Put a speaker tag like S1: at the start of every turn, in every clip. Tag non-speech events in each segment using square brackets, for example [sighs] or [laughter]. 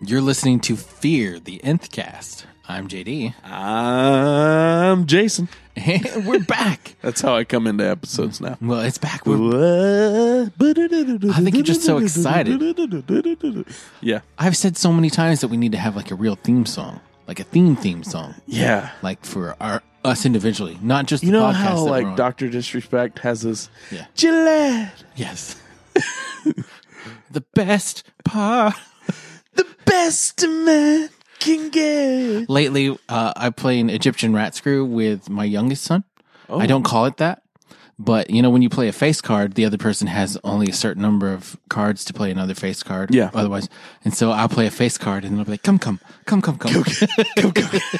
S1: You're listening to Fear the Nth Cast. I'm JD.
S2: I'm Jason.
S1: [laughs] And we're back.
S2: That's how I come into episodes now.
S1: Well, it's back. We're,
S2: I think
S1: you're just so excited.
S2: Yeah.
S1: I've said so many times that we need to have like a real theme song, like a theme theme song,
S2: Yeah.
S1: like for our us individually, not just
S2: You
S1: the
S2: know
S1: podcast
S2: how
S1: that
S2: like
S1: we're on.
S2: Doctor Disrespect has this
S1: Yeah.
S2: Gillette,
S1: Yes. [laughs] the best part.
S2: the best a man can get.
S1: Lately, uh, I play an Egyptian rat screw with my youngest son.
S2: Oh.
S1: I don't call it that, but you know, when you play a face card, the other person has only a certain number of cards to play another face card.
S2: Yeah.
S1: Otherwise, and so I'll play a face card, and then I'll be like, "Come, come, come, come, come, come, come." [laughs]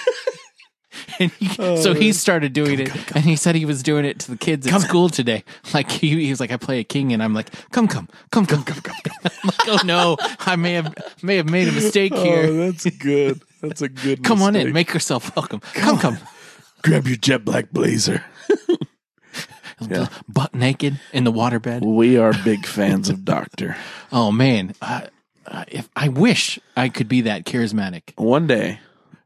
S1: Oh. And he, so he started doing it, and he said he was doing it to the kids at school today. [laughs] Like he, he was like, "I play a king," and I'm like, "Come, come, come, come, come, come." come. [laughs] I'm like, "Oh no, I may have may have made a mistake
S2: Oh,
S1: here.
S2: that's good. That's a
S1: [laughs]
S2: good.
S1: come on in,
S2: mistake.
S1: make yourself welcome. Come, come."
S2: grab your jet black blazer.
S1: Butt naked in the waterbed.
S2: We are big fans of Doctor.
S1: Oh man, uh, uh, if I wish I could be that charismatic.
S2: One day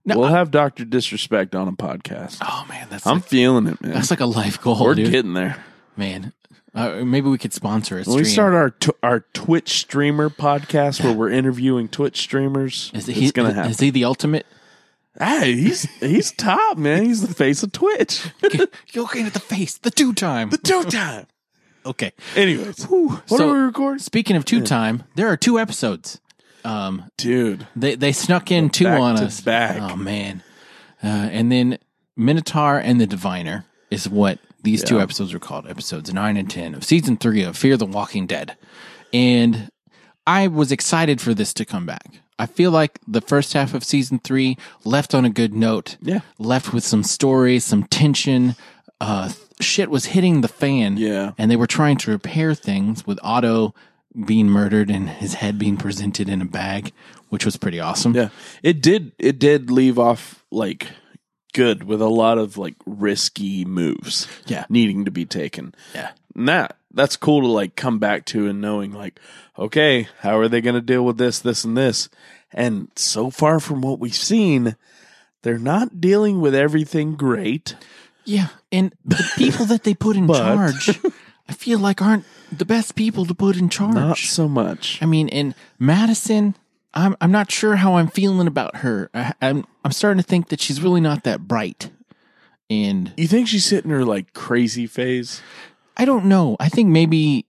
S2: we'll have Doctor Disrespect on a podcast.
S1: Oh man, that's
S2: I'm
S1: like,
S2: feeling it, man.
S1: that's like a life goal,
S2: We're
S1: dude.
S2: getting there.
S1: Man, uh, maybe we could sponsor a stream.
S2: When we start our t- our Twitch streamer podcast where we're interviewing Twitch streamers,
S1: Is
S2: it's
S1: he,
S2: gonna happen.
S1: Is he the ultimate? [laughs]
S2: hey, he's he's top man. He's the face
S1: [laughs]
S2: of Twitch.
S1: You're looking at the face, the two
S2: [laughs]
S1: time.
S2: two time.
S1: Okay.
S2: Anyways, what
S1: So-
S2: are we recording,
S1: Speaking of two time, there are two episodes. Um,
S2: dude?
S1: they they snuck in two
S2: back
S1: on
S2: to
S1: us.
S2: back.
S1: Oh man, uh, and then Minotaur and the Diviner is what these two episodes are called. Episodes nine and ten of season three of Fear the Walking Dead, and I was excited for this to come back. I feel like the first half of season three left on a good note.
S2: Yeah.
S1: left with some stories, some tension. Uh, th- shit was hitting the fan.
S2: Yeah.
S1: and they were trying to repair things with Otto being murdered and his head being presented in a bag, which was pretty awesome.
S2: Yeah, it did. It did leave off like good with a lot of like risky moves.
S1: Yeah.
S2: needing to be taken.
S1: Yeah.
S2: and that that's cool to like come back to and knowing like, okay, how are they going to deal with this, this, and this? And so far from what we've seen, they're not dealing with everything great.
S1: Yeah, and
S2: [laughs]
S1: the people that they put in
S2: But-
S1: charge, I feel like aren't the best people to put in charge.
S2: Not so much.
S1: I mean, and Madison, I'm I'm not sure how I'm feeling about her. I, I'm I'm starting to think that she's really not that bright, and
S2: You think she's hitting her like crazy phase?
S1: I don't know. I think maybe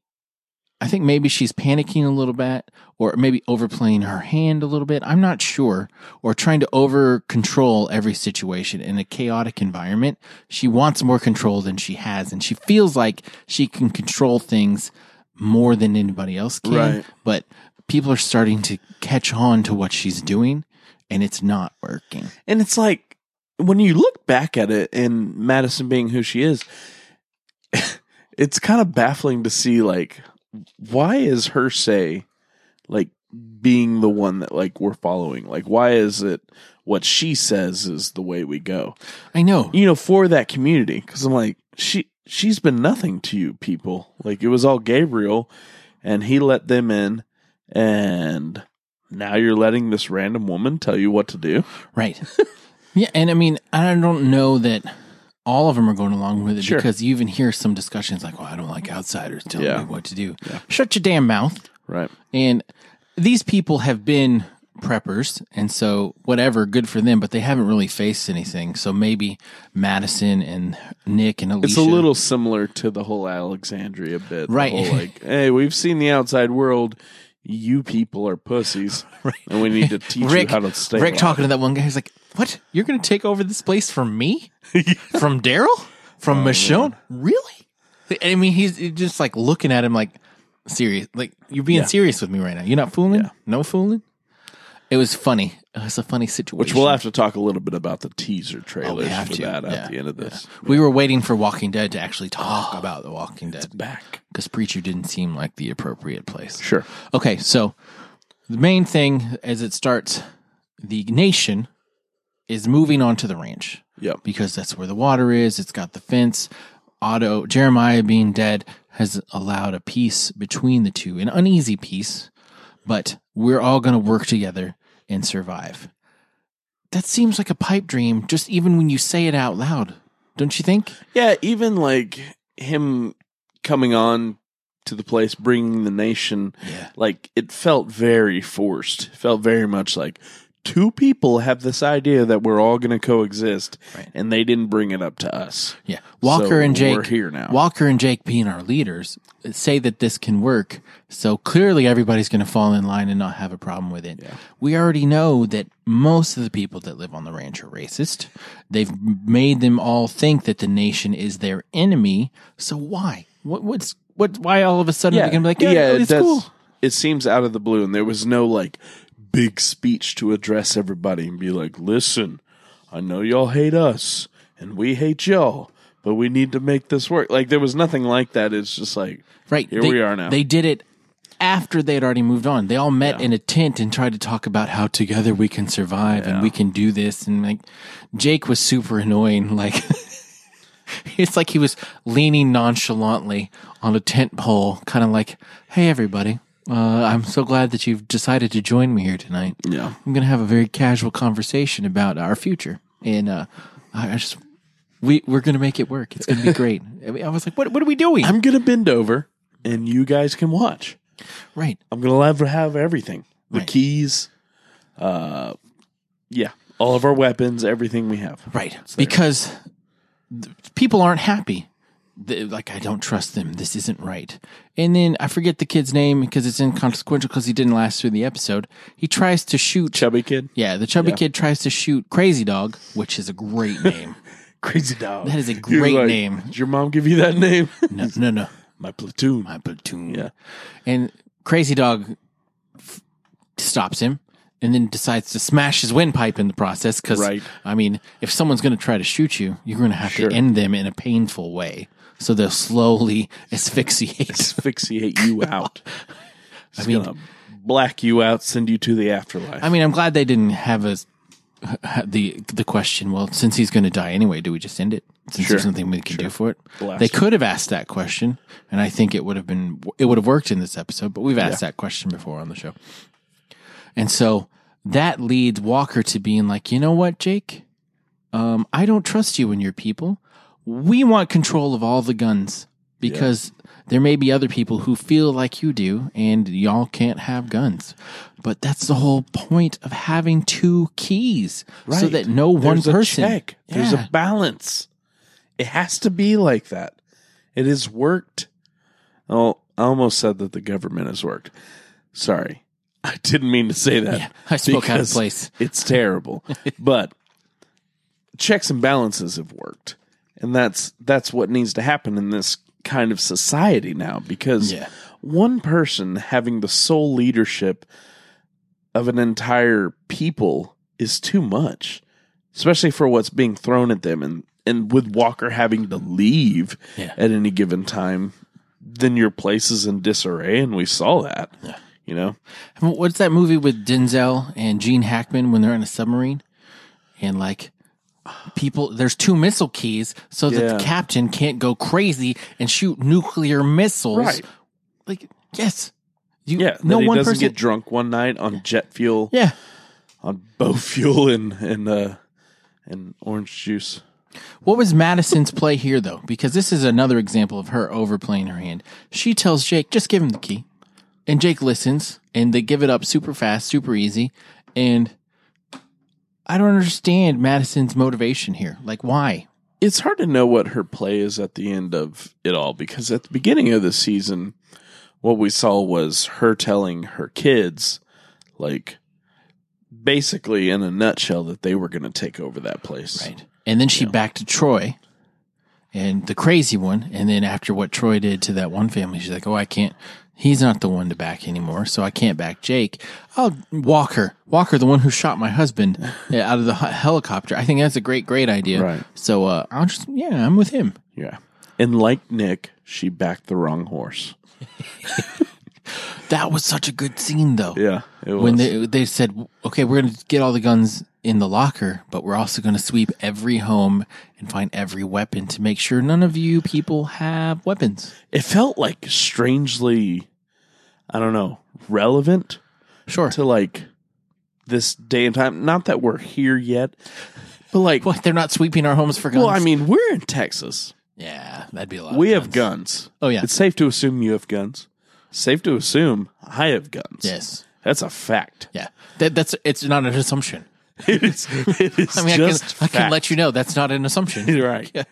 S1: I think maybe she's panicking a little bit or maybe overplaying her hand a little bit. I'm not sure. Or trying to over control every situation in a chaotic environment. She wants more control than she has and she feels like she can control things more than anybody else can.
S2: Right.
S1: But people are starting to catch on to what she's doing and it's not working.
S2: And it's like when you look back at it and Madison being who she is, [laughs] it's kind of baffling to see like why is Hersey like being the one that like we're following? Like why is it what she says is the way we go?
S1: I know.
S2: You know, for that community cuz I'm like she she's been nothing to you people. Like it was all Gabriel and he let them in and now you're letting this random woman tell you what to do.
S1: Right. [laughs] yeah, and I mean, I don't know that all of them are going along with it
S2: Sure.
S1: because you even hear some discussions like, "Well, I don't like outsiders telling
S2: Yeah.
S1: me what to do." Shut your damn mouth.
S2: Right.
S1: And these people have been preppers, and so whatever, good for them. But they haven't really faced anything. So maybe Madison and Nick and Alicia.
S2: It's a little similar to the whole Alexandria bit. the
S1: Right.
S2: whole,
S1: [laughs]
S2: like, hey, we've seen the outside world. You people
S1: [laughs]
S2: are pussies. And we need to teach
S1: Rick,
S2: you how to stay.
S1: Rick
S2: alive."
S1: talking to that one guy. He's like, "What? You're going to take over this place from
S2: [laughs]
S1: me? from Daryl? From
S2: Oh,
S1: Michonne? Really?" I mean, he's he's just like looking at him like serious. Like you're being
S2: Yeah.
S1: serious with me right now. You're not fooling. No fooling. It was funny. It was a funny situation.
S2: Which we'll have to talk a little bit about the teaser trailers
S1: Oh, have
S2: for
S1: to,
S2: that
S1: yeah,
S2: at the end of this.
S1: we were waiting for Walking Dead to actually
S2: [gasps]
S1: talk about the Walking Dead
S2: Back.
S1: because Preacher didn't seem like the appropriate place.
S2: Sure.
S1: Okay, so the main thing as it starts, the nation is moving on to the ranch
S2: Yep.
S1: because that's where the water is. It's got the fence. Otto, Jeremiah being dead has allowed a peace between the two, an uneasy peace, but we're all going to work together and survive. That seems like a pipe dream, just even when you say it out loud, don't you think?
S2: Yeah, even like him coming on to the place, bringing the nation,
S1: Yeah.
S2: like it felt very forced. It felt very much like two people have this idea that we're all going to coexist,
S1: Right.
S2: and they didn't bring it up to us.
S1: Yeah. Walker
S2: So
S1: and Jake
S2: we're here now.
S1: Walker and Jake being our leaders say that this can work. So clearly everybody's going to fall in line and not have a problem with it. We already know that most of the people that live on the ranch are racist. They've made them all think that the nation is their enemy. So why? What, what's what? Why all of a sudden are we going to be like, yeah,
S2: it
S1: it's
S2: does-
S1: cool.
S2: It seems out of the blue, and there was no like big speech to address everybody and be like, "Listen, I know y'all hate us, and we hate y'all, but we need to make this work." Like there was nothing like that. It's just like,
S1: Right.
S2: Here
S1: they,
S2: we are now.
S1: They did it after they had already moved on. They all met in a tent and tried to talk about how together we can survive and we can do this. And like Jake was super annoying. Like [laughs] it's like he was leaning nonchalantly on a tent pole, kind of like, "Hey, everybody." Uh, I'm so glad that you've decided to join me here tonight.
S2: yeah,
S1: I'm going to have a very casual conversation about our future, and uh, I I just we we're going to make it work. It's going
S2: [laughs]
S1: to be great. I mean, I was like, "What? What are we doing?"
S2: I'm gonna bend over, and you guys can watch.
S1: right.
S2: I'm gonna have have everything, the
S1: Right.
S2: keys, uh, yeah, all of our weapons, everything we have.
S1: Right. Because th- people aren't happy. They- like, I don't trust them. This isn't right. And then I forget the kid's name because it's inconsequential because he didn't last through the episode. He tries to shoot.
S2: Chubby kid,
S1: yeah, the chubby kid tries to shoot Crazy Dog, which is a great name.
S2: [laughs] crazy dog.
S1: That is a
S2: You're
S1: great name.
S2: Did your mom give you that name? [laughs]
S1: no, no, no.
S2: My [laughs] platoon.
S1: My platoon.
S2: Yeah.
S1: And Crazy Dog f- stops him and then decides to smash his windpipe in the process because,
S2: Right.
S1: I mean, if someone's going to try to shoot you, you're going to have
S2: Sure.
S1: to end them in a painful way. So they'll slowly [laughs] asphyxiate.
S2: asphyxiate you [laughs] out. It's
S1: mean-
S2: gonna black you out, send you to the afterlife.
S1: I mean, I'm glad they didn't have a, the the question. Well, since he's going to die anyway, do we just end it? Since there's
S2: Sure.
S1: nothing we can do for it,
S2: Blast
S1: they
S2: it.
S1: could have asked that question, and I think it would have been it would have worked in this episode. But we've asked that question before on the show, and so that leads Walker to being like, you know what, Jake, um, I don't trust you and your people. We want control of all the guns because there may be other people who feel like you do, and y'all can't have guns. But that's the whole point of having two keys, so
S2: Right.
S1: that no one
S2: There's
S1: person.
S2: A check. There's
S1: Yeah.
S2: a balance. It has to be like that. It has worked. Oh, I almost said that the government has worked. Sorry, [laughs] I didn't mean to say that.
S1: Yeah, I spoke out of
S2: because
S1: place. [laughs]
S2: It's terrible, but checks and balances have worked, and that's that's what needs to happen in this kind of society now. Because
S1: Yeah.
S2: one person having the sole leadership of an entire people is too much, especially for what's being thrown at them. And, and with Walker having to leave
S1: Yeah.
S2: at any given time, then your place is in disarray. And we saw that, yeah. you know?
S1: What's that movie with Denzel and Gene Hackman when they're in a submarine? And like people there's two missile keys so that
S2: Yeah.
S1: the captain can't go crazy and shoot nuclear missiles.
S2: Right.
S1: Like yes. You
S2: Yeah.
S1: no
S2: that he
S1: one
S2: doesn't
S1: person
S2: get drunk one night on jet fuel,
S1: Yeah.
S2: on bow fuel, and, and, uh, and orange juice.
S1: What was Madison's play here though? Because this is another example of her overplaying her hand. She tells Jake, just give him the key. And Jake listens and they give it up super fast, super easy. And I don't understand Madison's motivation here. Like why?
S2: it's hard to know what her play is at the end of it all because at the beginning of the season, what we saw was her telling her kids, like, basically in a nutshell, that they were going to take over that place.
S1: Right. And then she backed to Troy and the crazy one. And then after what Troy did to that one family, she's like, Oh, I can't, he's not the one to back anymore. So I can't back Jake. I'll Walker, Walker, the one who shot my
S2: [laughs]
S1: husband uh, out of the hel- helicopter. I think that's a great, great idea.
S2: Right.
S1: So, uh, I'll just, yeah, I'm with him.
S2: Yeah. And like Nick, she backed the wrong horse.
S1: That was such a good scene though.
S2: Yeah. It was.
S1: When they, they said, okay, we're going to get all the guns in the locker, but we're also going to sweep every home and find every weapon to make sure none of you people have weapons.
S2: it felt like strangely, I don't know, relevant
S1: Sure.
S2: to like this day and time. Not that we're here yet, but like,
S1: What? They're not sweeping our homes for guns?
S2: well, I mean, we're in Texas.
S1: yeah, that'd be a lot. of
S2: We have
S1: guns.
S2: guns.
S1: Oh yeah.
S2: It's safe to assume you have guns. Safe to assume I have guns.
S1: yes.
S2: That's a fact. [laughs]
S1: Yeah. That, that's it's not an assumption.
S2: It is, it is
S1: I mean,
S2: just
S1: I can I can
S2: fact.
S1: let you know that's not an
S2: [laughs]
S1: assumption.
S2: right.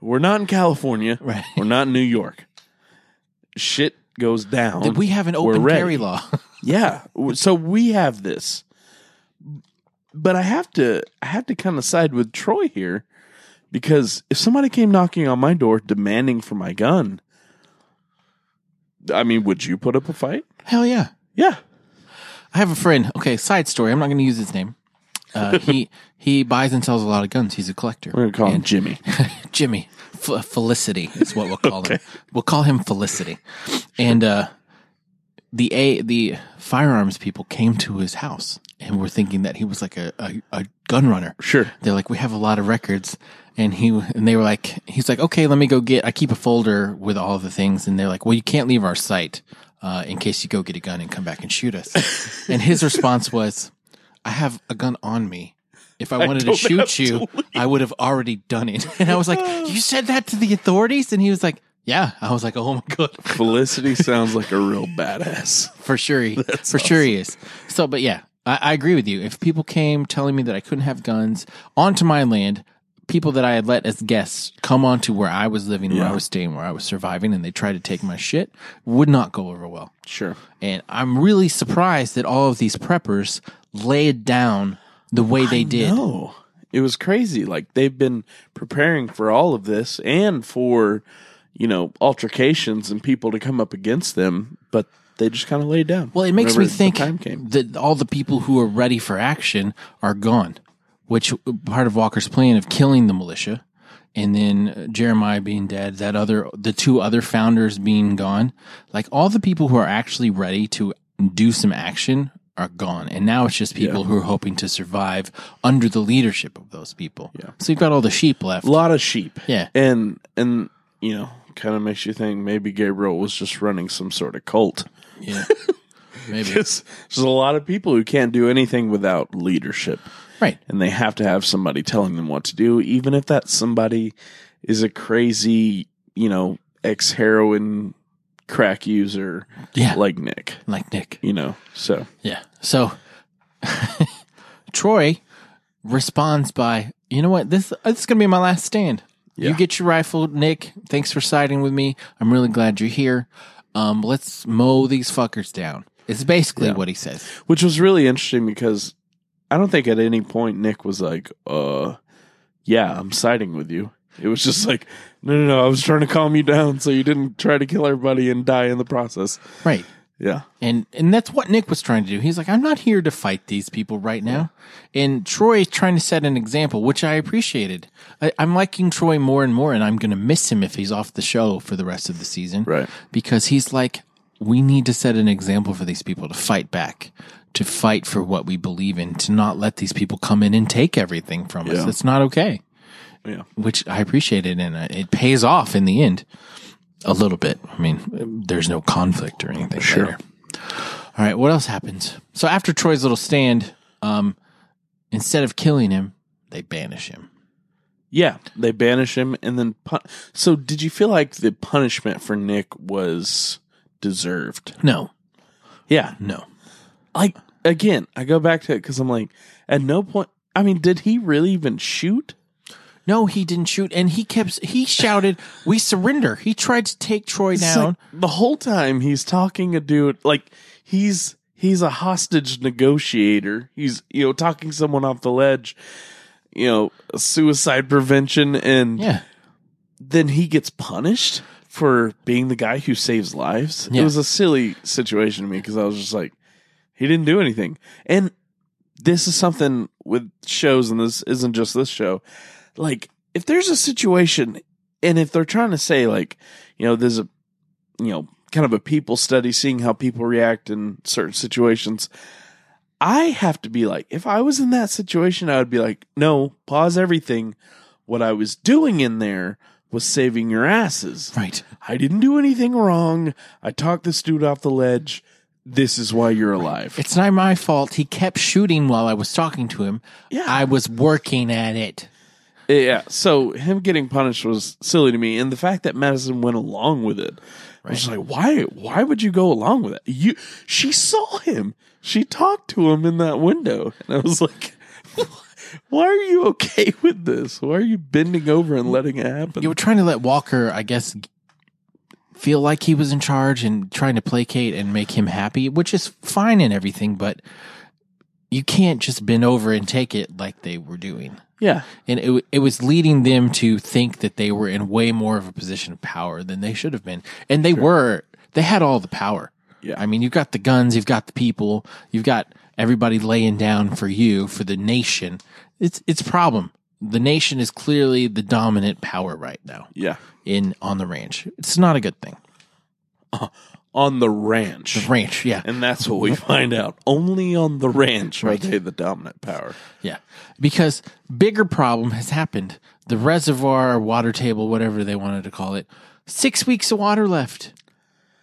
S2: We're not in California.
S1: Right.
S2: We're not in New York. Shit goes down.
S1: we have an
S2: We're
S1: open
S2: ready.
S1: carry law. [laughs]
S2: yeah. So we have this. But I have to I have to kind of side with Troy here because if somebody came knocking on my door demanding for my gun, I mean, would you put up a fight?
S1: Hell yeah.
S2: Yeah.
S1: I have a friend. Okay, side story. I'm not going to use his name.
S2: [laughs]
S1: Uh, he he buys and sells a lot of guns. He's a collector.
S2: We're gonna call him
S1: And-
S2: Jimmy.
S1: Jimmy F- Felicity is what we'll call
S2: [laughs]
S1: him. We'll call him Felicity. And uh, the a the firearms people came to his house and were thinking that he was like a, a, a gun runner.
S2: Sure.
S1: They're like, we have a lot of records, and he and they were like, he's like, okay, let me go get. I keep a folder with all the things, and they're like, well, you can't leave our site uh, in case you go get a gun and come back and shoot
S2: [laughs]
S1: us. and his response was, I have a gun on me. If I wanted to
S2: don't
S1: shoot
S2: have to
S1: you, I would have already done it. [laughs] And I was like, you said that to the authorities, and he was like, yeah. I was like, oh my god,
S2: Felicity sounds like a real badass.
S1: for sure, he, for sure he is. So, but yeah, I, I agree with you. If people came telling me that I couldn't have guns onto my land, people that I had let as guests come onto where I was living, where
S2: Yeah.
S1: I was staying, where I was surviving, and they tried to take my shit, would not go over well.
S2: Sure.
S1: And I'm really surprised that all of these preppers laid down the way they did.
S2: No, it was crazy. Like they've been preparing for all of this and for you know altercations and people to come up against them, but they just kind of laid down.
S1: Well, it makes
S2: whenever
S1: me think
S2: the time came.
S1: that all the people who are ready for action are gone, which uh, part of Walker's plan of killing the militia and then uh, Jeremiah being dead, that other, the two other founders being gone. Like all the people who are actually ready to do some action are gone. And now it's just people who are hoping to survive under the leadership of those people.
S2: Yeah.
S1: So you've got all the sheep left.
S2: A lot of sheep.
S1: Yeah.
S2: and and you know, kind of makes you think maybe Gabriel was just running some sort of cult. [laughs]
S1: Yeah. Maybe.
S2: Because there's a lot of people who can't do anything without leadership.
S1: Right.
S2: and they have to have somebody telling them what to do, even if that somebody is a crazy, you know, ex heroin crack user
S1: Yeah.
S2: like Nick,
S1: Like Nick.
S2: you know. So
S1: Yeah. So [laughs] Troy responds by, you know what? This this is gonna be my last stand.
S2: Yeah.
S1: You get your rifle, Nick. Thanks for siding with me. I'm really glad you're here. Um, let's mow these fuckers down. It's basically
S2: Yeah.
S1: what he says.
S2: which was really interesting because I don't think at any point Nick was like, uh yeah, I'm siding with you. It was just like, no, no, no, I was trying to calm you down so you didn't try to kill everybody and die in the process.
S1: Right.
S2: Yeah.
S1: And and that's what Nick was trying to do. He's like, I'm not here to fight these people right now. And Troy is trying to set an example, which I appreciated. I, I'm liking Troy more and more, and I'm going to miss him if he's off the show for the rest of the season,
S2: Right.
S1: Because he's like, we need to set an example for these people to fight back, to fight for what we believe in, to not let these people come in and take everything from us.
S2: Yeah.
S1: That's not okay.
S2: Yeah.
S1: Which I appreciated, and uh, it pays off in the end a little bit. I mean, there's no conflict or anything. Sure. All right. What else happens? So after Troy's little stand, um, instead of killing him, they banish him.
S2: Yeah, they banish him and then pun- so did you feel like the punishment for Nick was deserved?
S1: No,
S2: Yeah.
S1: no.
S2: Like again, I go back to it cuz I'm like at no point I mean, did he really even shoot?
S1: No, he didn't shoot. And he kept, he shouted, we surrender. He tried to take Troy
S2: It's
S1: down.
S2: like the whole time he's talking a dude like he's he's a hostage negotiator. He's you know talking someone off the ledge, you know, suicide prevention and
S1: yeah.
S2: then he gets punished for being the guy who saves lives.
S1: Yeah.
S2: It was a silly situation to me because I was just like, he didn't do anything. And this is something with shows, and this isn't just this show. Like, if there's a situation, and if they're trying to say, like, you know, there's a, you know, kind of a people study, seeing how people react in certain situations. I have to be like, if I was in that situation, I would be like, no, pause everything. What I was doing in there was saving your asses.
S1: Right.
S2: I didn't do anything wrong. I talked this dude off the ledge. this is why you're alive.
S1: It's not my fault. He kept shooting while I was talking to him.
S2: Yeah.
S1: I was working at it.
S2: Yeah. So him getting punished was silly to me, and the fact that Madison went along with it, I was just like, why? Why would you go along with it? You, she saw him. She talked to him in that window, and I was like, [laughs] why are you okay with this? Why are you bending over and letting it happen?
S1: You were trying to let Walker, I guess, feel like he was in charge and trying to placate and make him happy, which is fine and everything, but you can't just bend over and take it like they were doing.
S2: yeah.
S1: And it, w- it was leading them to think that they were in way more of a position of power than they should have been. And they were, they had all the power.
S2: Yeah.
S1: I mean, you've got the guns, you've got the people, you've got everybody laying down for you, for the nation. It's, it's a problem. The nation is clearly the dominant power right now
S2: Yeah.
S1: in on the ranch. It's not a good thing.
S2: On the ranch.
S1: Ranch, yeah,
S2: And that's
S1: [laughs]
S2: what we find out. Only on the ranch are they the dominant power.
S1: yeah. Because bigger problem has happened. The reservoir, water table, whatever they wanted to call it. Six weeks of water left.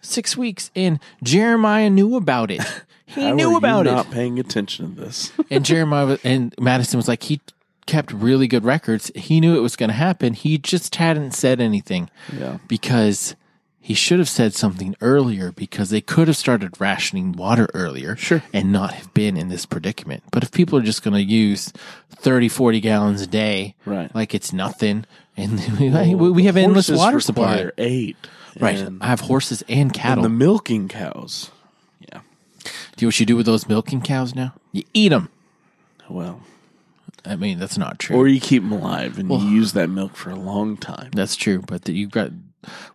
S1: Six weeks, and Jeremiah knew about
S2: [laughs]
S1: it. He
S2: How are
S1: knew
S2: you
S1: about it.
S2: Not paying attention to this.
S1: And Jeremiah was- and Madison was like, he kept really good records. He knew it was going to happen. He just hadn't said anything.
S2: Yeah.
S1: because he should have said something earlier because they could have started rationing water earlier
S2: Sure.
S1: and not have been in this predicament. But if people are just going to use 30, 40 gallons a day,
S2: Right.
S1: like it's nothing, and [laughs] we, we have endless
S2: Horses
S1: water supply.
S2: require Eight.
S1: Right.
S2: And
S1: I have horses and cattle.
S2: the milking cows. Yeah.
S1: do you know what you do with those milking cows now? You eat them.
S2: Well,
S1: I mean, that's not true.
S2: or you keep them alive and you use that milk for a long time.
S1: that's true, but that you've got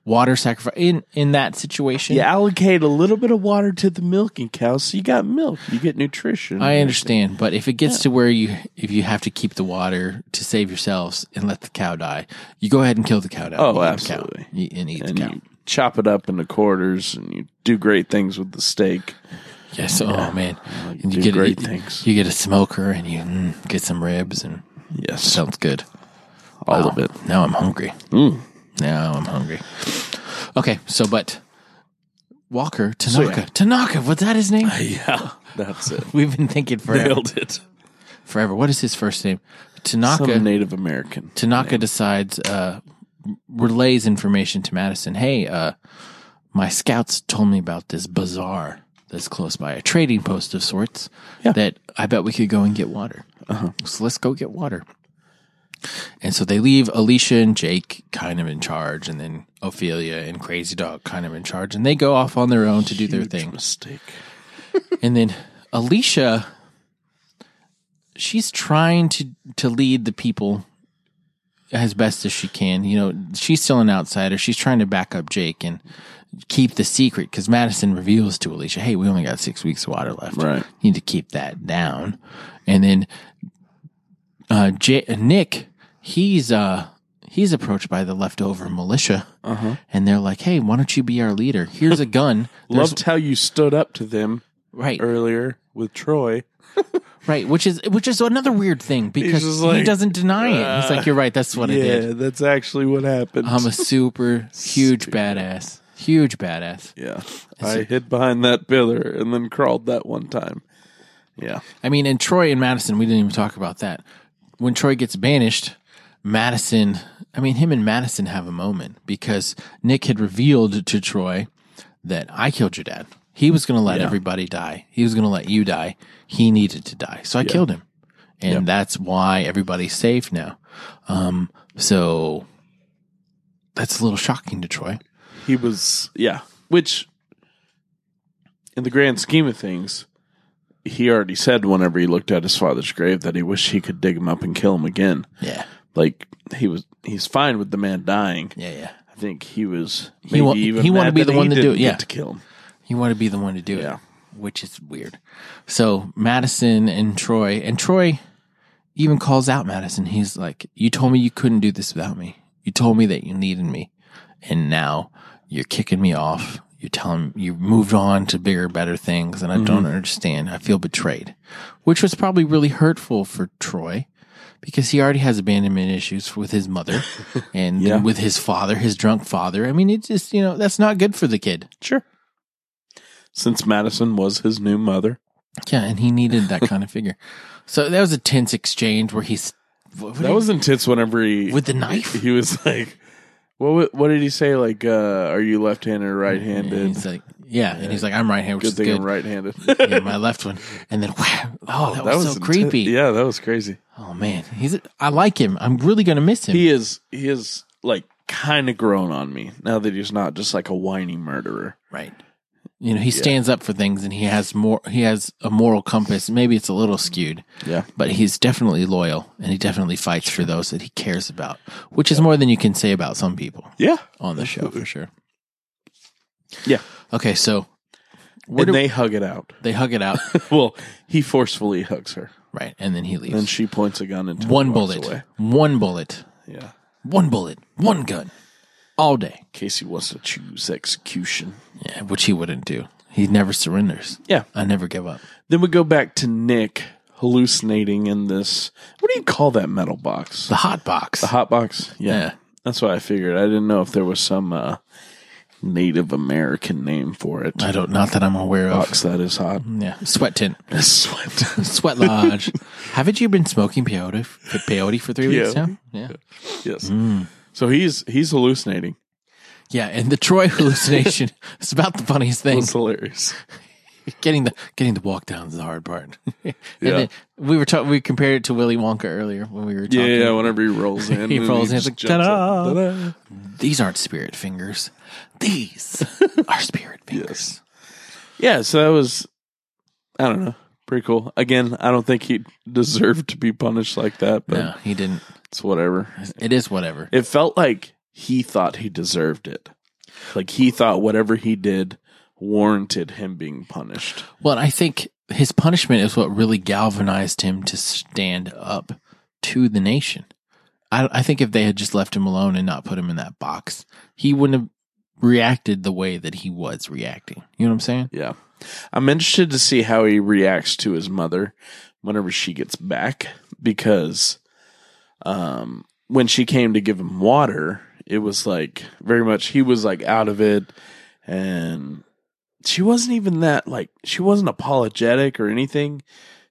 S1: water sacrifice in in that situation.
S2: You allocate a little bit of water to the milking cows, so you got milk. You get nutrition.
S1: I understand, but if it gets to where you if you have to keep the water to save yourselves and let the cow die, you go ahead and kill the cow. Down,
S2: Oh,
S1: You eat the cow.
S2: absolutely.
S1: You- and eat
S2: and
S1: the cow.
S2: you chop it up into quarters, and you do great things with the steak.
S1: yes. Oh man, and
S2: do
S1: you get a-
S2: great
S1: you-
S2: things.
S1: You get a smoker and you mm, get some ribs and
S2: Yes,
S1: sounds good.
S2: all of it.
S1: Now I'm hungry.
S2: Mm.
S1: Now I'm hungry. Okay, so but Walker Tanaka Tanaka, was that his name?
S2: [laughs] Yeah, that's it.
S1: We've been
S2: [laughs]
S1: thinking forever.
S2: Nailed it.
S1: Forever. What is his first name? Tanaka.
S2: Some Native American.
S1: Tanaka decides, uh, relays information to Madison. Hey, uh, my scouts told me about this bazaar that's close by, a trading post of sorts
S2: Yeah. Uh-huh.
S1: that I bet we could go and get water. So let's go get water. And so they leave Alicia and Jake kind of in charge, and then Ophelia and Crazy Dog kind of in charge, and they go off on their own to do their
S2: Huge
S1: thing.
S2: Mistake.
S1: And then Alicia, she's trying to to lead the people as best as she can. You know, she's still an outsider. She's trying to back up Jake and keep the secret because Madison reveals to Alicia, "Hey, we only got six weeks of water left.
S2: Right.
S1: You need to keep that down." And then uh, J- Nick, he's uh he's approached by the leftover militia,
S2: Uh-huh.
S1: and they're like, "Hey, why don't you be our leader? Here's a
S2: [laughs]
S1: gun." There's-
S2: Loved how you stood up to them
S1: right.
S2: earlier with Troy.
S1: Right, which is which is another weird thing because
S2: just like, uh,
S1: he doesn't deny it. He's like, "You're right. That's what I did.
S2: that's actually what happened.
S1: I'm a
S2: [laughs]
S1: super huge badass, huge badass."
S2: yeah, I hid behind that pillar and then crawled that one time. Yeah,
S1: I mean, and Troy and Madison, we didn't even talk about that. When Troy gets banished, Madison, I mean, him and Madison have a moment because Nick had revealed to Troy that I killed your dad. He was going to let everybody die. He was going to let you die. He needed to die. So I killed him. And that's why everybody's safe now. Um, so that's a little shocking to Troy.
S2: he was. Yeah, which, in the grand scheme of things, he already said whenever he looked at his father's grave that he wished he could dig him up and kill him again.
S1: Yeah.
S2: Like he was, he's fine with the man dying.
S1: Yeah. Yeah.
S2: I think he was maybe
S1: wa-
S2: even
S1: he wanted
S2: mad
S1: to be
S2: that
S1: the one
S2: he
S1: to do
S2: didn't
S1: it, yeah.
S2: get to kill him.
S1: You want to be the one to do
S2: Yeah.
S1: it, which is weird. So Madison and Troy, and Troy even calls out Madison. He's like, "You told me you couldn't do this without me. You told me that you needed me, and now you're kicking me off. You're telling you moved on to bigger, better things, and I
S2: Mm-hmm.
S1: don't understand. I feel betrayed," which was probably really hurtful for Troy. Because he already has abandonment issues with his
S2: [laughs]
S1: mother and
S2: Yeah.
S1: with his father, his drunk father. I mean, it's just, you know, that's not good for the kid.
S2: Sure. since Madison was his new mother.
S1: Yeah, and he needed that kind of figure. So that was a tense exchange where he's what- what
S2: that
S1: did-
S2: was intense whenever he
S1: with the knife.
S2: [laughs] he was like what wa- what did he say like uh are you left-handed or
S1: And
S2: right-handed?
S1: he's like, yeah, and he's like, I'm right handed, which is
S2: Good thing
S1: Mm, good.
S2: I'm
S1: [laughs]
S2: right-handed. [laughs]
S1: yeah, my left one, and then [laughs] wow, oh, that, was, so
S2: intense.
S1: creepy.
S2: Yeah, that was crazy.
S1: Oh man, he's I like him. I'm really gonna miss him.
S2: He is he is like kind of grown on me now that he's not just like a whiny murderer.
S1: right. You know, he stands up for things, and he has more. He has a moral compass. Maybe it's a little skewed,
S2: Yeah.
S1: but he's definitely loyal, and he definitely fights for those that he cares about, which is more than you can say about some people
S2: Yeah.
S1: on the show for sure.
S2: Yeah.
S1: Okay, so where
S2: When
S1: do, they,
S2: they hug
S1: [laughs]
S2: it out.
S1: hug it
S2: [laughs]
S1: out,
S2: well, he forcefully hugs her.
S1: right, and then he leaves.
S2: And she points a gun into
S1: one bullet, one bullet,
S2: Yeah.
S1: one bullet, one gun, all day.
S2: Casey wants to choose execution.
S1: Yeah, which he wouldn't do. He never surrenders.
S2: Yeah.
S1: I never give up.
S2: Then we go back to Nick hallucinating in this. What do you call that metal box?
S1: The hot box.
S2: The hot box. Yeah.
S1: Yeah.
S2: That's what I figured. I didn't know if there was some uh, Native American name for it.
S1: I don't. Not that I'm aware of.
S2: Box that is hot. [laughs]
S1: Yeah. Sweat tent.
S2: Sweat.
S1: Sweat
S2: [laughs]
S1: lodge. Haven't you been smoking peyote for peyote for three weeks
S2: Yeah.
S1: now? Yeah.
S2: yes.
S1: Mm.
S2: So he's he's hallucinating.
S1: Yeah. And the
S2: [laughs]
S1: Troy hallucination is about the funniest thing. [laughs]
S2: It's hilarious.
S1: Getting the getting the walk down is the hard part. [laughs] and
S2: Yeah.
S1: then we were talking. We compared it to Willy Wonka earlier when we were
S2: Yeah,
S1: talking.
S2: yeah, whenever
S1: [laughs]
S2: he rolls in,
S1: He
S2: and
S1: rolls in,
S2: just
S1: it's like,
S2: jumps
S1: "Ta-da!"
S2: up. Ta-da.
S1: These aren't spirit fingers. These are spirit fingers.
S2: Yeah, so that was, I don't know, pretty cool. Again, I don't think he deserved to be punished like that, but
S1: No, he didn't.
S2: it's whatever.
S1: It is whatever.
S2: It felt like he thought he deserved it. Like he thought whatever he did warranted him being punished.
S1: Well, and I think his punishment is what really galvanized him to stand up to the nation. I, I think if they had just left him alone and not put him in that box, he wouldn't have reacted the way that he was reacting. You know what I'm saying?
S2: Yeah. I'm interested to see how he reacts to his mother whenever she gets back because um when she came to give him water, it was like very much he was like out of it and she wasn't even that like she wasn't apologetic or anything.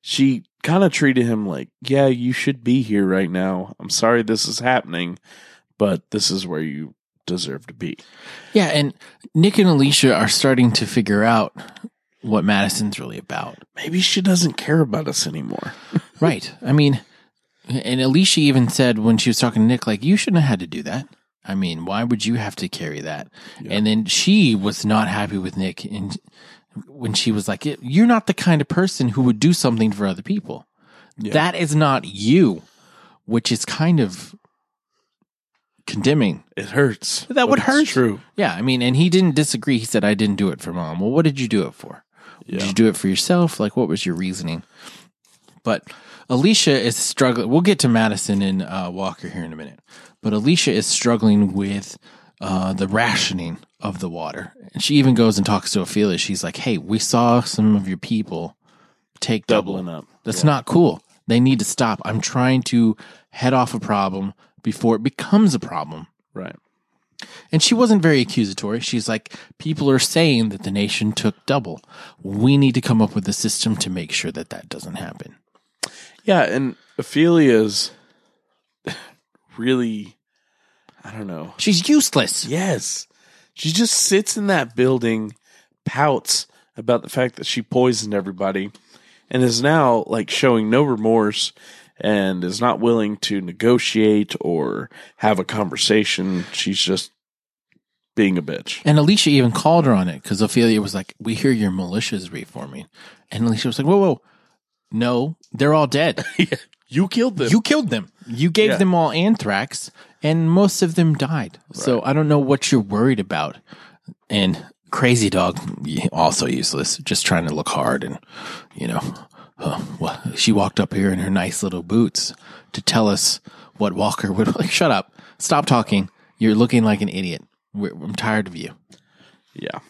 S2: She kind of treated him like, "Yeah, you should be here right now. I'm sorry this is happening, but this is where you deserve to be."
S1: Yeah, and Nick and Alicia are starting to figure out what Madison's really about.
S2: Maybe she doesn't care about us anymore.
S1: Right. I mean, and Alicia even said when she was talking to Nick, like, you shouldn't have had to do that. I mean, why would you have to carry that? And then she was not happy with Nick. And when she was like, you're not the kind of person who would do something for other people. That is not you, which is kind of condemning.
S2: It hurts.
S1: That would
S2: But it's
S1: hurt.
S2: True.
S1: Yeah. I mean, and he didn't disagree. He said, I didn't do it for mom. Well, what did you do it for? Did
S2: Yeah.
S1: you do it for yourself? Like, what was your reasoning? But Alicia is struggling. We'll get to Madison and uh, Walker here in a minute. But Alicia is struggling with uh, the rationing of the water. And she even goes and talks to Ophelia. She's like, hey, we saw some of your people take double.
S2: Doubling up.
S1: That's not cool. They need to stop. I'm trying to head off a problem before it becomes a problem.
S2: Right.
S1: And she wasn't very accusatory. She's like, people are saying that the nation took double. We need to come up with a system to make sure that that doesn't happen.
S2: Yeah, and Ophelia's [sighs] really I don't know.
S1: She's useless.
S2: Yes. She just sits in that building, pouts about the fact that she poisoned everybody, and is now like showing no remorse and is not willing to negotiate or have a conversation. She's just being a bitch. [laughs]
S1: And Alicia even called her on it because Ophelia was like, we hear your militia's reforming. And Alicia was like, whoa, whoa, no, they're all dead.
S2: You killed them.
S1: you killed them. You gave
S2: Yeah.
S1: them all anthrax, and most of them died. So I don't know what you're worried about. And Crazy Dog, also useless, just trying to look hard. And, you know, uh, well, she walked up here in her nice little boots to tell us what Walker would [laughs] like. Shut up. Stop talking. You're looking like an idiot. We're, I'm tired of you.
S2: Yeah.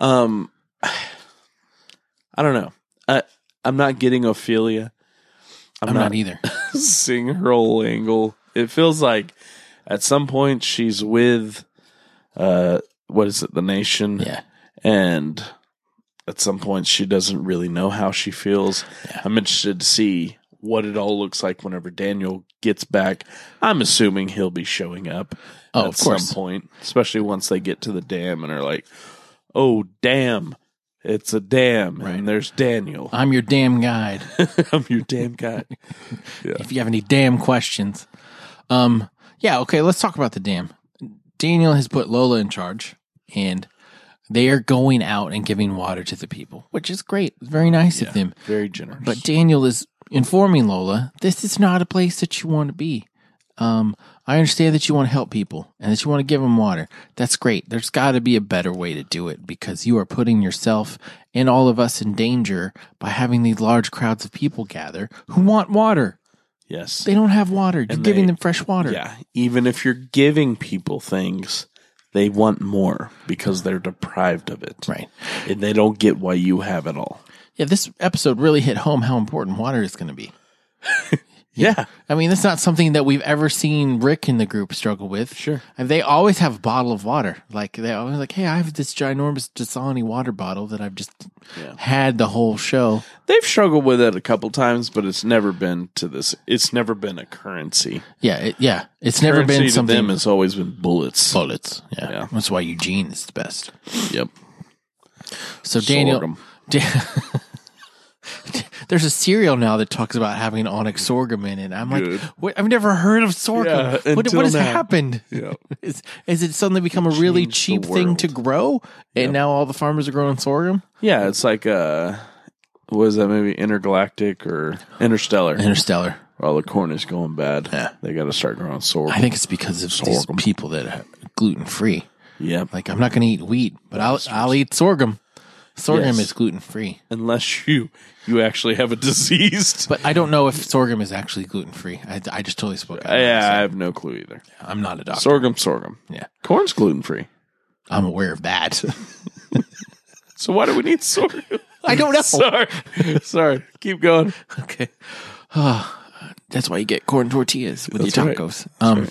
S2: Um [sighs] I don't know. I I'm not getting Ophelia.
S1: I'm not either.
S2: seeing her whole angle. It feels like at some point she's with uh what is it, the nation
S1: Yeah.
S2: and at some point she doesn't really know how she feels.
S1: Yeah.
S2: I'm interested to see what it all looks like whenever Daniel gets back. I'm assuming he'll be showing up
S1: Oh,
S2: at
S1: of course.
S2: some point, especially once they get to the dam and are like, "Oh, damn, it's a dam,
S1: Right.
S2: and there's
S1: [laughs]
S2: Daniel.
S1: I'm your damn guide.
S2: I'm your damn guy."
S1: if you have any damn questions. Um, yeah, okay, let's talk about the dam. Daniel has put Lola in charge, and they are going out and giving water to the people, which is great. Very nice of them.
S2: Very generous.
S1: But Daniel is informing Lola, this is not a place that you want to be. Um, I understand that you want to help people and that you want to give them water. That's great. There's got to be a better way to do it because you are putting yourself and all of us in danger by having these large crowds of people gather who want water.
S2: yes,
S1: They don't have water. You're
S2: And
S1: giving
S2: they-
S1: them fresh water.
S2: Yeah, even if you're giving people things, they want more because they're deprived of it.
S1: Right.
S2: And they don't get why you have it all.
S1: Yeah, this episode really hit home how important water is going to be.
S2: Yeah.
S1: I mean, that's not something that we've ever seen Rick in the group struggle with.
S2: Sure.
S1: And they always have a bottle of water. Like they always like, hey, I have this ginormous Dasani water bottle that I've just
S2: Yeah.
S1: had the whole show.
S2: [laughs] They've struggled with it a couple times, but it's never been to this. It's never been a currency.
S1: Yeah, it, yeah. It's never
S2: currency
S1: been something.
S2: to them has always been bullets.
S1: bullets. Yeah.
S2: Yeah.
S1: that's why Eugene is the best.
S2: Yep.
S1: So
S2: Sorghum.
S1: Daniel, Da- [laughs] there's a cereal now that talks about having onyx sorghum in it. I'm
S2: Good.
S1: like, what? I've never heard of
S2: Yeah,
S1: sorghum. what,
S2: until
S1: what has
S2: now.
S1: happened?
S2: Yeah.
S1: Is, is it suddenly become a really
S2: changed the
S1: cheap thing to grow? And now all the farmers are growing sorghum?
S2: Yeah, it's like uh what is that maybe intergalactic or interstellar?
S1: Interstellar.
S2: All the corn is going bad.
S1: Yeah.
S2: They got to start growing sorghum.
S1: I think it's because of these
S2: Sorghum.
S1: people that are gluten free.
S2: yep.
S1: Like I'm not going to eat wheat, but I'll I'll eat sorghum. Sorghum
S2: Yes.
S1: is gluten free,
S2: Unless you you actually have a [laughs] disease.
S1: but I don't know if sorghum is actually gluten free. I, I just totally spoke. out of my
S2: Yeah, I
S1: ass.
S2: have no clue either.
S1: I'm not a doctor.
S2: Sorghum, sorghum.
S1: Yeah.
S2: Corn's gluten free.
S1: I'm aware of that. [laughs]
S2: So why do we need [laughs] sorghum?
S1: I don't know.
S2: [laughs] Sorry. Sorry. Keep going.
S1: okay. Ah, that's why you get corn tortillas with
S2: That's
S1: your
S2: right.
S1: tacos. Um,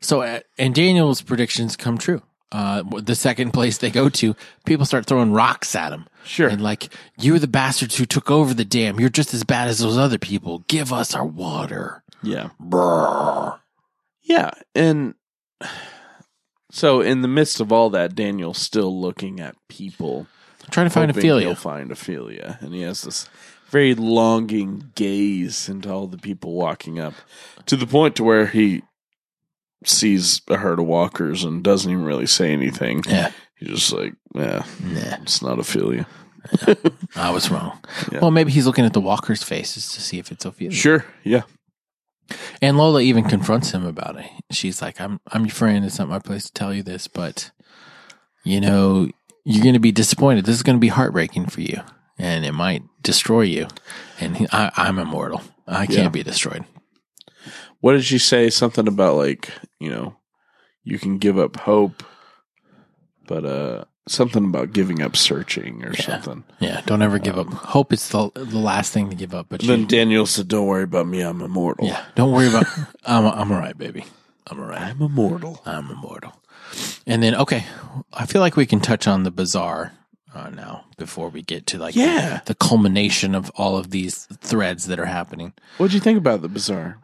S1: So, uh, and Daniel's predictions come true. Uh, the second place they go to, people start throwing rocks at him.
S2: Sure.
S1: And like, you're the bastards who took over the dam. You're just as bad as those other people. Give us our water.
S2: Yeah.
S1: Brrr.
S2: Yeah. And [sighs] so in the midst of all that, Daniel's still looking at people.
S1: Trying to find
S2: hoping He'll
S1: Ophelia.
S2: find Ophelia. And he has this very longing gaze into all the people walking up to the point to where he sees a herd of walkers and doesn't even really say anything.
S1: Yeah.
S2: He's just like, yeah,
S1: Nah,
S2: it's not Ophelia.
S1: I was wrong.
S2: Yeah.
S1: Well, maybe he's looking at the walker's faces to see if it's Ophelia.
S2: Sure. Yeah.
S1: And Lola even confronts him about it. She's like, "I'm I'm your friend. It's not my place to tell you this, but you know you're going to be disappointed. This is going to be heartbreaking for you, and it might destroy you. And he, I, I'm immortal. I can't
S2: Yeah.
S1: be destroyed.
S2: what did she say? Something about like, you know, you can give up hope, but uh something about giving up searching or something.
S1: Yeah, don't ever give up. Hope is the the last thing to give up. But
S2: And then
S1: you,
S2: Daniel said, Don't worry about me, I'm immortal.
S1: yeah, don't worry about. [laughs] I'm I'm all right, baby. I'm all right.
S2: I'm immortal.
S1: I'm immortal. And then okay, I feel like we can touch on the bazaar uh, now before we get to like
S2: Yeah.
S1: the culmination of all of these threads that are happening.
S2: What'd you think about the bazaar?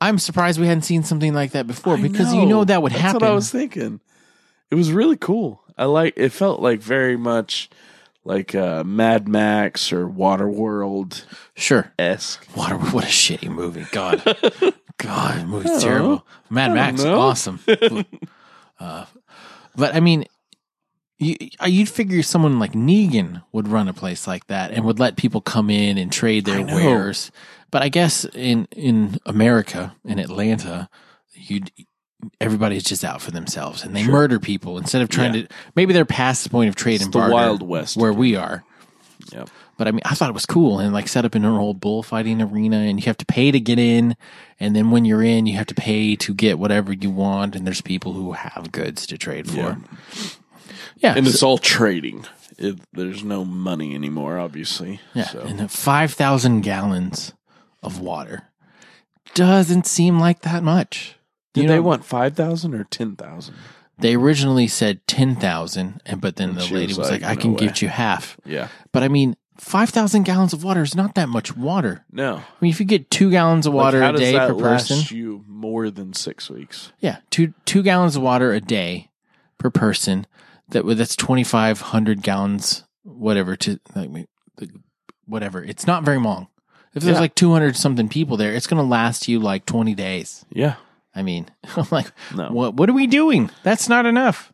S1: I'm surprised we hadn't seen something like that before
S2: I
S1: Oh, because you know that would
S2: That's
S1: happen.
S2: what I was thinking. It was really cool. I like it felt like very much like uh Mad Max or Waterworld
S1: sure.
S2: esque.
S1: What a, what a shitty movie.
S2: [laughs]
S1: God. God, the movie's
S2: Oh,
S1: terrible. Mad
S2: don't
S1: Max,
S2: know. [laughs]
S1: awesome. uh, but I mean, you, uh, you'd figure someone like Negan would run a place like that and would let people come in and trade
S2: I
S1: their
S2: know.
S1: wares. But I guess in in America, in Atlanta, you'd everybody's just out for themselves and they murder people instead of trying to. Maybe they're past the point of trade and
S2: the
S1: barter
S2: Wild West.
S1: where we are.
S2: Yep.
S1: But I mean, I thought it was cool and like set up in an old bullfighting arena and you have to pay to get in. And then when you're in, you have to pay to get whatever you want. And there's people who have goods to trade for. Yeah.
S2: And
S1: so-
S2: it's all trading. It, there's no money anymore, obviously.
S1: yeah.
S2: So.
S1: And then 5,000 gallons of water doesn't seem like that much.
S2: Did
S1: you
S2: they
S1: know,
S2: want five thousand or ten thousand?
S1: They originally said 10,000 and but then
S2: And
S1: the
S2: she
S1: lady
S2: was
S1: was like,
S2: like,
S1: I
S2: "No
S1: can
S2: way."
S1: give you half.
S2: Yeah.
S1: But I mean, 5,000 gallons of water is not that much water.
S2: No.
S1: I mean, if you get 2 gallons of water
S2: Like,
S1: a day per person.
S2: Last you more than six weeks.
S1: Yeah, two 2 gallons of water a day per person. That that's 2500 gallons whatever to like whatever. It's not very long. If there's
S2: Yeah.
S1: like 200 something people there, it's going to last you like 20 days.
S2: Yeah.
S1: I mean, [laughs] I'm like
S2: No.
S1: what what are we doing? That's not enough.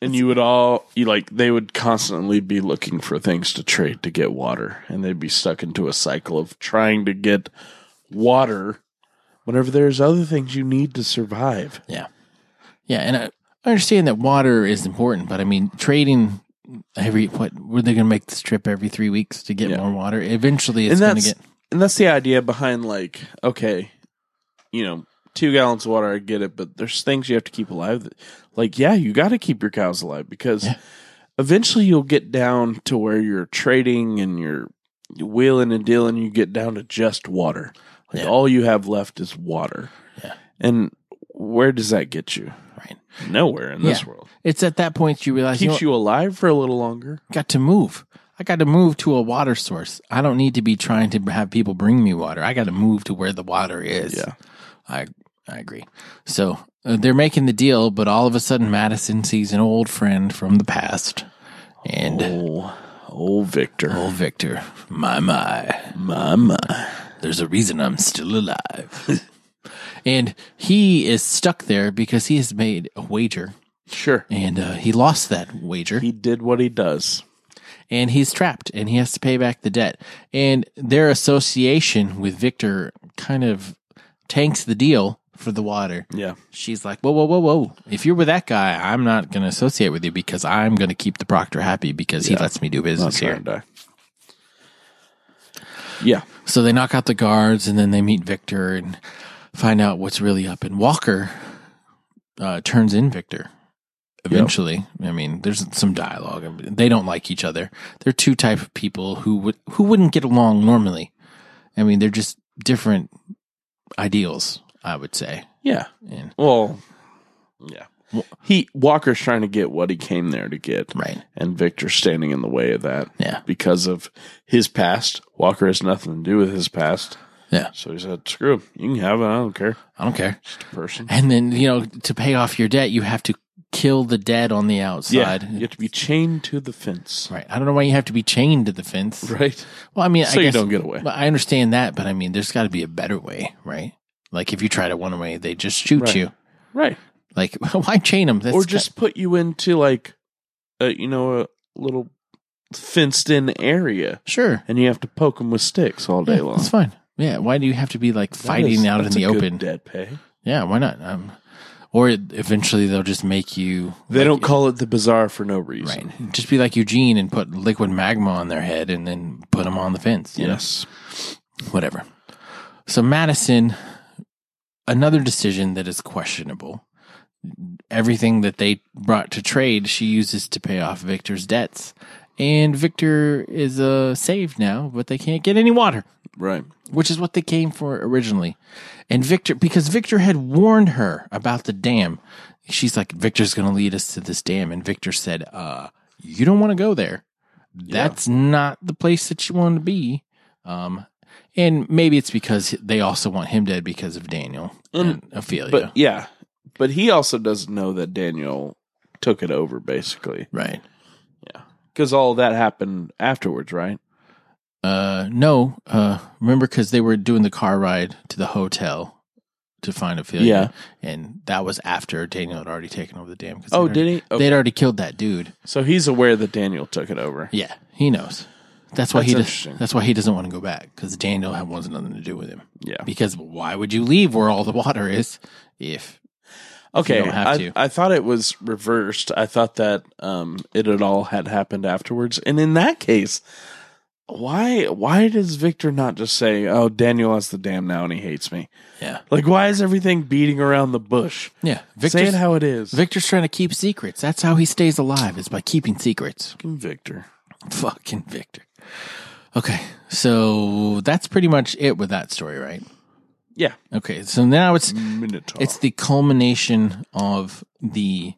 S2: And you would all you like they would constantly be looking for things to trade to get water, and they'd be stuck into a cycle of trying to get water whenever there's other things you need to survive.
S1: Yeah, and I, I understand that water is important, but I mean, trading every what were they going to make this trip every three weeks to get
S2: Yeah.
S1: more water? Eventually, it's
S2: And
S1: going to
S2: that's-
S1: get
S2: And that's the idea behind like, okay, you know, two gallons of water, I get it, but there's things you have to keep alive. That, like, yeah, you got to keep your cows alive because
S1: Yeah.
S2: eventually you'll get down to where you're trading and you're wheeling and dealing. You get down to just water. Like
S1: Yeah.
S2: all you have left is water.
S1: Yeah.
S2: And where does that get you?
S1: right.
S2: Nowhere in this
S1: Yeah.
S2: world.
S1: It's at that point you realize you, know,
S2: Keeps you alive for a little longer.
S1: I got to move. I got to move to a water source. I don't need to be trying to have people bring me water. I got to move to where the water is.
S2: Yeah.
S1: I I agree. So uh, they're making the deal, but all of a sudden Madison sees an old friend from the past, and
S2: Oh, oh, Victor.
S1: old Victor, my my.
S2: Mama.
S1: There's a reason I'm still alive. and he is stuck there because he has made a wager
S2: Sure.
S1: and uh, he lost that wager
S2: He did what he does.
S1: and he's trapped and he has to pay back the debt. And their association with Victor kind of tanks the deal for the water.
S2: Yeah.
S1: She's like, whoa, whoa, whoa, whoa. If you're with that guy, I'm not going to associate with you because I'm going to keep the proctor happy because he
S2: Yeah.
S1: lets me do business here.
S2: Yeah.
S1: So they knock out the guards and then they meet Victor and find out what's really up. And Walker uh, turns in Victor eventually. I mean, there's some dialogue. I mean, They don't like each other. They're two type of people who would who wouldn't get along normally. I mean, they're just different ideals, I would say.
S2: Yeah.
S1: And
S2: Well, yeah.
S1: Wha-
S2: He Walker's trying to get what he came there to get,
S1: right,
S2: and Victor's standing in the way of that
S1: yeah,
S2: because of his past. Walker has nothing to do with his past.
S1: Yeah.
S2: So he said, "Screw, him. you can have it. I don't care.
S1: I don't care.
S2: Just a person."
S1: And then you know, to pay off your debt, you have to kill the dead on the
S2: Yeah.
S1: outside.
S2: You have to be chained to the fence,
S1: Right. I don't know why you have to be chained to the fence.
S2: right?
S1: Well, I mean, I
S2: so you
S1: guess
S2: don't get away.
S1: But I understand that, but I mean, there's got to be a better way, right? Like if you try to one way, they just shoot
S2: Right.
S1: you.
S2: Right.
S1: Like [laughs] why chain them?
S2: or just put you into like, a, you know, a little fenced-in area.
S1: sure
S2: and you have to poke them with sticks all day
S1: Yeah,
S2: long.
S1: That's fine. Yeah. Why do you have to be like
S2: That
S1: fighting
S2: is-
S1: out in
S2: that's
S1: the
S2: a good
S1: open?
S2: Dead pay.
S1: Yeah. Why not? Um, or eventually they'll just make you.
S2: They
S1: like,
S2: don't call it the bazaar for no
S1: right.
S2: reason.
S1: Just be like Eugene and put liquid magma on their head and then put them on the fence. You know?
S2: Yes.
S1: whatever. So Madison, another decision that is questionable. Everything that they brought to trade, she uses to pay off Victor's debts, and Victor is uh, saved now, but they can't get any water,
S2: Right.
S1: which is what they came for originally. And Victor, because Victor had warned her about the dam, she's like, "Victor's going to lead us to this dam," and Victor said, "Uh, you don't want to go there. That's not the place that you want to be." Um, and maybe it's because they also want him dead because of Daniel and,
S2: And-
S1: Ophelia.
S2: Mm. But yeah. But he also doesn't know that Daniel took it over basically
S1: right.
S2: because all that happened afterwards, right?
S1: Uh, no. Uh, remember because they were doing the car ride to the hotel to find Ophelia. Yeah. And that was after Daniel had already taken over the dam. 'cause
S2: Oh,
S1: they'd already-
S2: did he? Okay.
S1: They'd already killed that dude.
S2: So he's aware that Daniel took it over.
S1: Yeah, he knows. That's why
S2: That's
S1: he does,
S2: interesting.
S1: that's why he doesn't want to go back because Daniel had wants nothing to do with him.
S2: Yeah.
S1: Because why would you leave where all the water is if
S2: Okay.
S1: don't have
S2: I,
S1: to.
S2: I thought it was reversed. I thought that um, it had all had happened afterwards. And in that case, why why does Victor not just say, "Oh, Daniel has the dam now and he hates me"?
S1: yeah
S2: Like, why is everything beating around the bush?
S1: yeah
S2: Say it
S1: Victor's,
S2: how it is.
S1: Victor's trying to keep secrets. That's how he stays alive is by keeping secrets. [laughs]
S2: Fucking Victor.
S1: Fucking Victor. Okay, so that's pretty much it with that story, right?
S2: Yeah.
S1: Okay, so now it's
S2: Minotaur.
S1: it's the culmination of the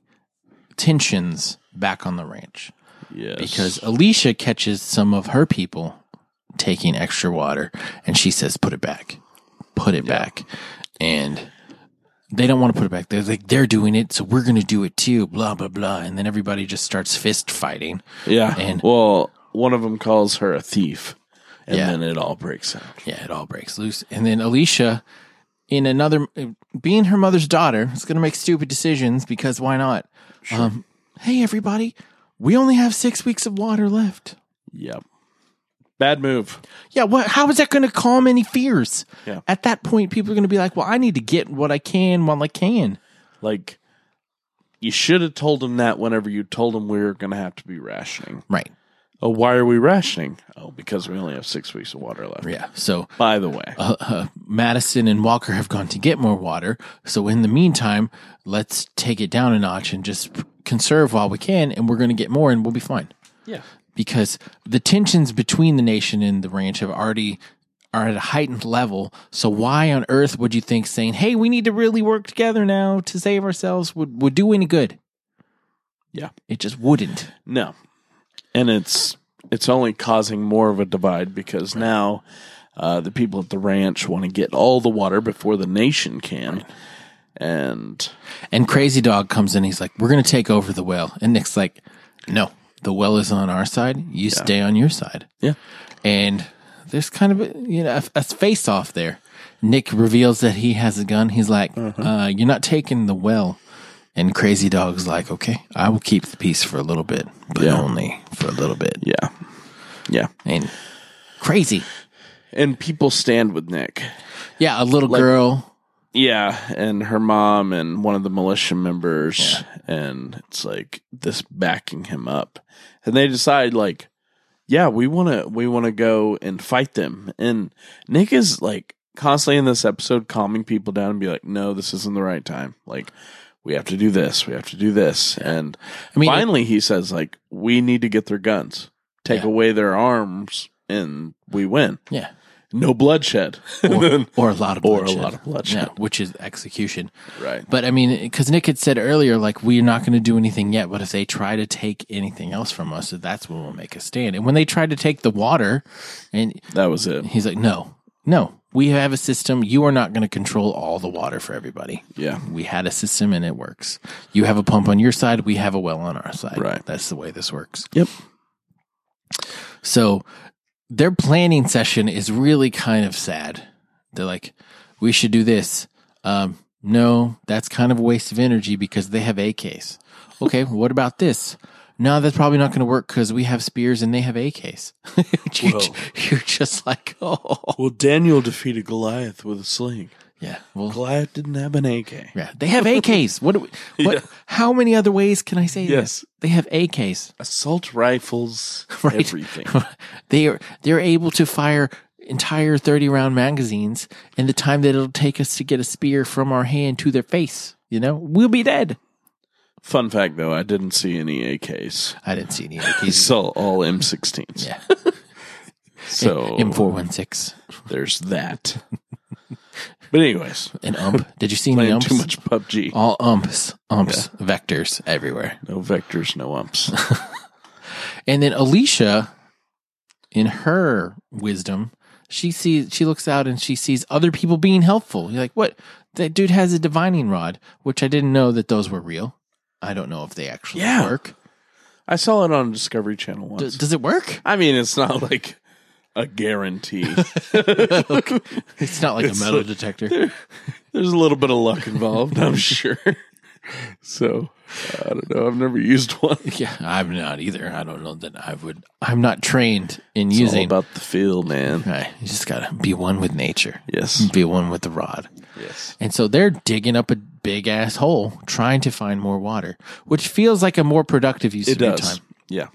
S1: tensions back on the ranch
S2: Yes.
S1: because Alicia catches some of her people taking extra water and she says, put it back, put it back. And they don't want to put it back. They're like, they're doing it, so we're going to do it too, blah, blah, blah. And then everybody just starts fist fighting.
S2: yeah.
S1: and-
S2: well, one of them calls her a thief, and
S1: Yeah.
S2: then it all breaks out.
S1: Yeah, it all breaks loose. And then Alicia, in another, being her mother's daughter, is going to make stupid decisions because why not? Um, hey, everybody, we only have six weeks of water left.
S2: Yep. Bad move.
S1: Yeah, what? How is that going to calm any fears?
S2: Yeah.
S1: At that point, people are going to be like, "Well, I need to get what I can while I can."
S2: Like you should have told him that whenever you told him we were going to have to be rationing.
S1: Right.
S2: Oh, why are we rationing? Oh, because we only have six weeks of water left.
S1: Yeah. So
S2: By the way,
S1: uh, uh, Madison and Walker have gone to get more water. So in the meantime, let's take it down a notch and just conserve while we can, and we're going to get more, and we'll be fine.
S2: yeah,
S1: because the tensions between the nation and the ranch have already are at a heightened level. So why on earth would you think saying, "Hey, we need to really work together now to save ourselves" would would do any good?
S2: Yeah.
S1: it just wouldn't.
S2: no, and it's it's only causing more of a divide because now uh, the people at the ranch want to get all the water before the nation can, and
S1: And Crazy Dog comes in. He's like, "We're going to take over the well," and Nick's like, "No, the well is on our side. You stay on your side."
S2: yeah,
S1: and there's kind of a, you know a, face off there. Nick reveals that he has a gun. He's like,
S2: Uh-huh.
S1: uh, "You're not taking the well." And Crazy Dog's like, "Okay, I will keep the peace for a little bit, but
S2: Yeah.
S1: only for a little bit."
S2: yeah, yeah,
S1: And crazy,
S2: and people stand with Nick,
S1: yeah, a little girl,
S2: yeah, and her mom and one of the militia members, and it's like this backing him up, and they decide like, yeah, we want to we want to go and fight them, and Nick is like constantly in this episode calming people down and be like, no, this isn't the right time, like. We have to do this. We have to do this. And
S1: I mean,
S2: finally, he says, "Like we need to get their guns, take
S1: Yeah.
S2: away their arms, and we win. [laughs]
S1: yeah, [laughs]
S2: No bloodshed, [laughs]
S1: or, or a lot of
S2: Or a
S1: bloodshed.
S2: lot of bloodshed.
S1: yeah, which is execution.
S2: right?
S1: But I mean, because Nick had said earlier, like, we're not going to do anything yet, but if they try to take anything else from us, that's when we'll make a stand. And when they tried to take the water, and
S2: That was it.
S1: He's like, no, no, we have a system. You are not going to control all the water for everybody.
S2: Yeah,
S1: We had a system and it works. You have a pump on your side. We have a well on our side.
S2: Right.
S1: That's the way this works.
S2: Yep.
S1: So their planning session is really kind of sad. They're like, we should do this. Um, no, that's kind of a waste of energy because they have AKs. Okay, what about this? No, that's probably not going to work because we have spears and they have AKs. [laughs] you're,
S2: Whoa.
S1: you're just like, oh.
S2: Well, Daniel defeated Goliath with a sling.
S1: Yeah. Well,
S2: Goliath didn't have an AK.
S1: yeah. They have AKs. What? Do we, what?
S2: [laughs] Yeah.
S1: How many other ways can I say this?
S2: Yes,
S1: They have AKs.
S2: assault rifles,
S1: Right.
S2: everything.
S1: [laughs] they are they're able to fire entire 30 round magazines in the time that it'll take us to get a spear from our hand to their face you know we'll be dead
S2: Fun fact, though, I didn't see any AKs.
S1: i didn't see any
S2: [laughs] I
S1: ak's
S2: saw all M16s.
S1: Yeah.
S2: [laughs] So
S1: m416
S2: there's that. [laughs] But anyways,
S1: and
S2: [laughs]
S1: ump did you see any
S2: playing
S1: umps Uh,
S2: too much PUBG.
S1: all umps umps vectors everywhere
S2: No vectors, no umps.
S1: and then alicia in her wisdom she sees she looks out and she sees other people being helpful you're like what that dude has a divining rod which i didn't know that those were real i don't know if they actually
S2: Yeah.
S1: work
S2: I saw it on Discovery Channel once.
S1: D- does it work?
S2: I mean, it's not like a guarantee.
S1: It's not like
S2: It's
S1: a metal
S2: like- [laughs]
S1: detector.
S2: There's a little bit of luck involved, I'm sure. [laughs] So I don't know. I've never used one.
S1: Yeah, I'm not either. I don't know that I would. I'm not trained in
S2: It's all
S1: using.
S2: about the feel, man.
S1: Right, you just gotta be one with nature.
S2: Yes.
S1: Be one with the rod.
S2: Yes.
S1: And so they're digging up a big ass hole, trying to find more water, which feels like a more productive use
S2: It
S1: of your
S2: does.
S1: time.
S2: Yeah.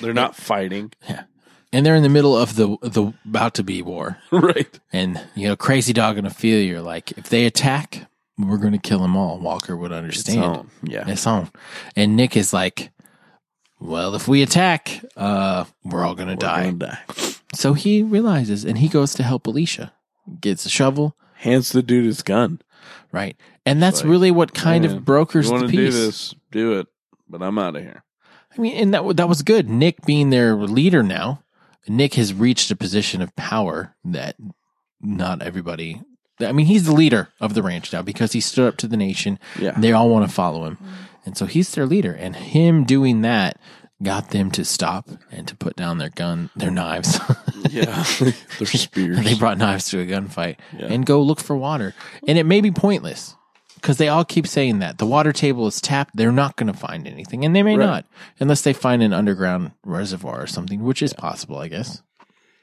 S2: They're not fighting.
S1: And they're in the middle of the the about to be war,
S2: [laughs] right.
S1: and you know, crazy dog gonna feel you're like, if they attack, we're gonna kill them all. Walker would understand.
S2: So, yeah.
S1: It's on. And Nick is like, well, if we attack, uh, we're all going to die.
S2: Gonna die.
S1: So he realizes and he goes to help Alicia, gets a shovel,
S2: Hands the dude his gun.
S1: right? And that's
S2: like,
S1: really what kind
S2: "Man,
S1: of brokers the
S2: you want to
S1: peace.
S2: do this? Do it. but I'm out of here.
S1: I mean, and that that was good. Nick being their leader now, Nick has reached a position of power that not everybody. I mean, he's the leader of the ranch now because he stood up to the nation.
S2: Yeah.
S1: They all want to follow him, and so he's their leader. And him doing that got them to stop and to put down their gun, their knives.
S2: [laughs]
S1: [laughs]
S2: Yeah. They're spears.
S1: they brought knives to a gunfight
S2: Yeah.
S1: and go look for water. And it may be pointless because they all keep saying that the water table is tapped. They're not going to find anything, and they may
S2: Right.
S1: not unless they find an underground reservoir or something, which is possible, I guess.
S2: [laughs]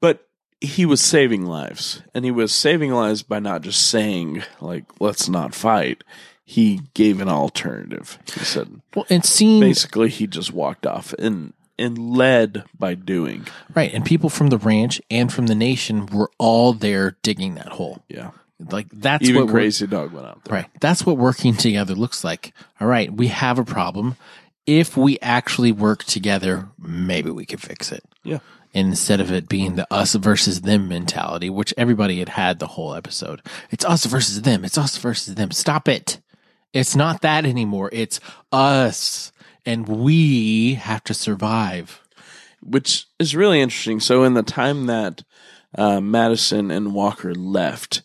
S2: but he was saving lives and he was saving lives by not just saying like let's not fight he gave an alternative he said
S1: Well, and seeing
S2: basically he just walked off and and led by doing
S1: right, and people from the ranch and from the nation were all there digging that hole.
S2: yeah
S1: Like that's
S2: even
S1: what we're-
S2: crazy dog went out there
S1: Right. That's what working together looks like. All right. We have a problem. If we actually work together, maybe we could fix it.
S2: Yeah.
S1: Instead of it being the us versus them mentality, which everybody had had the whole episode. It's us versus them. It's us versus them. Stop it. It's not that anymore. It's us and we have to survive.
S2: which is really interesting so in the time that uh, madison and walker left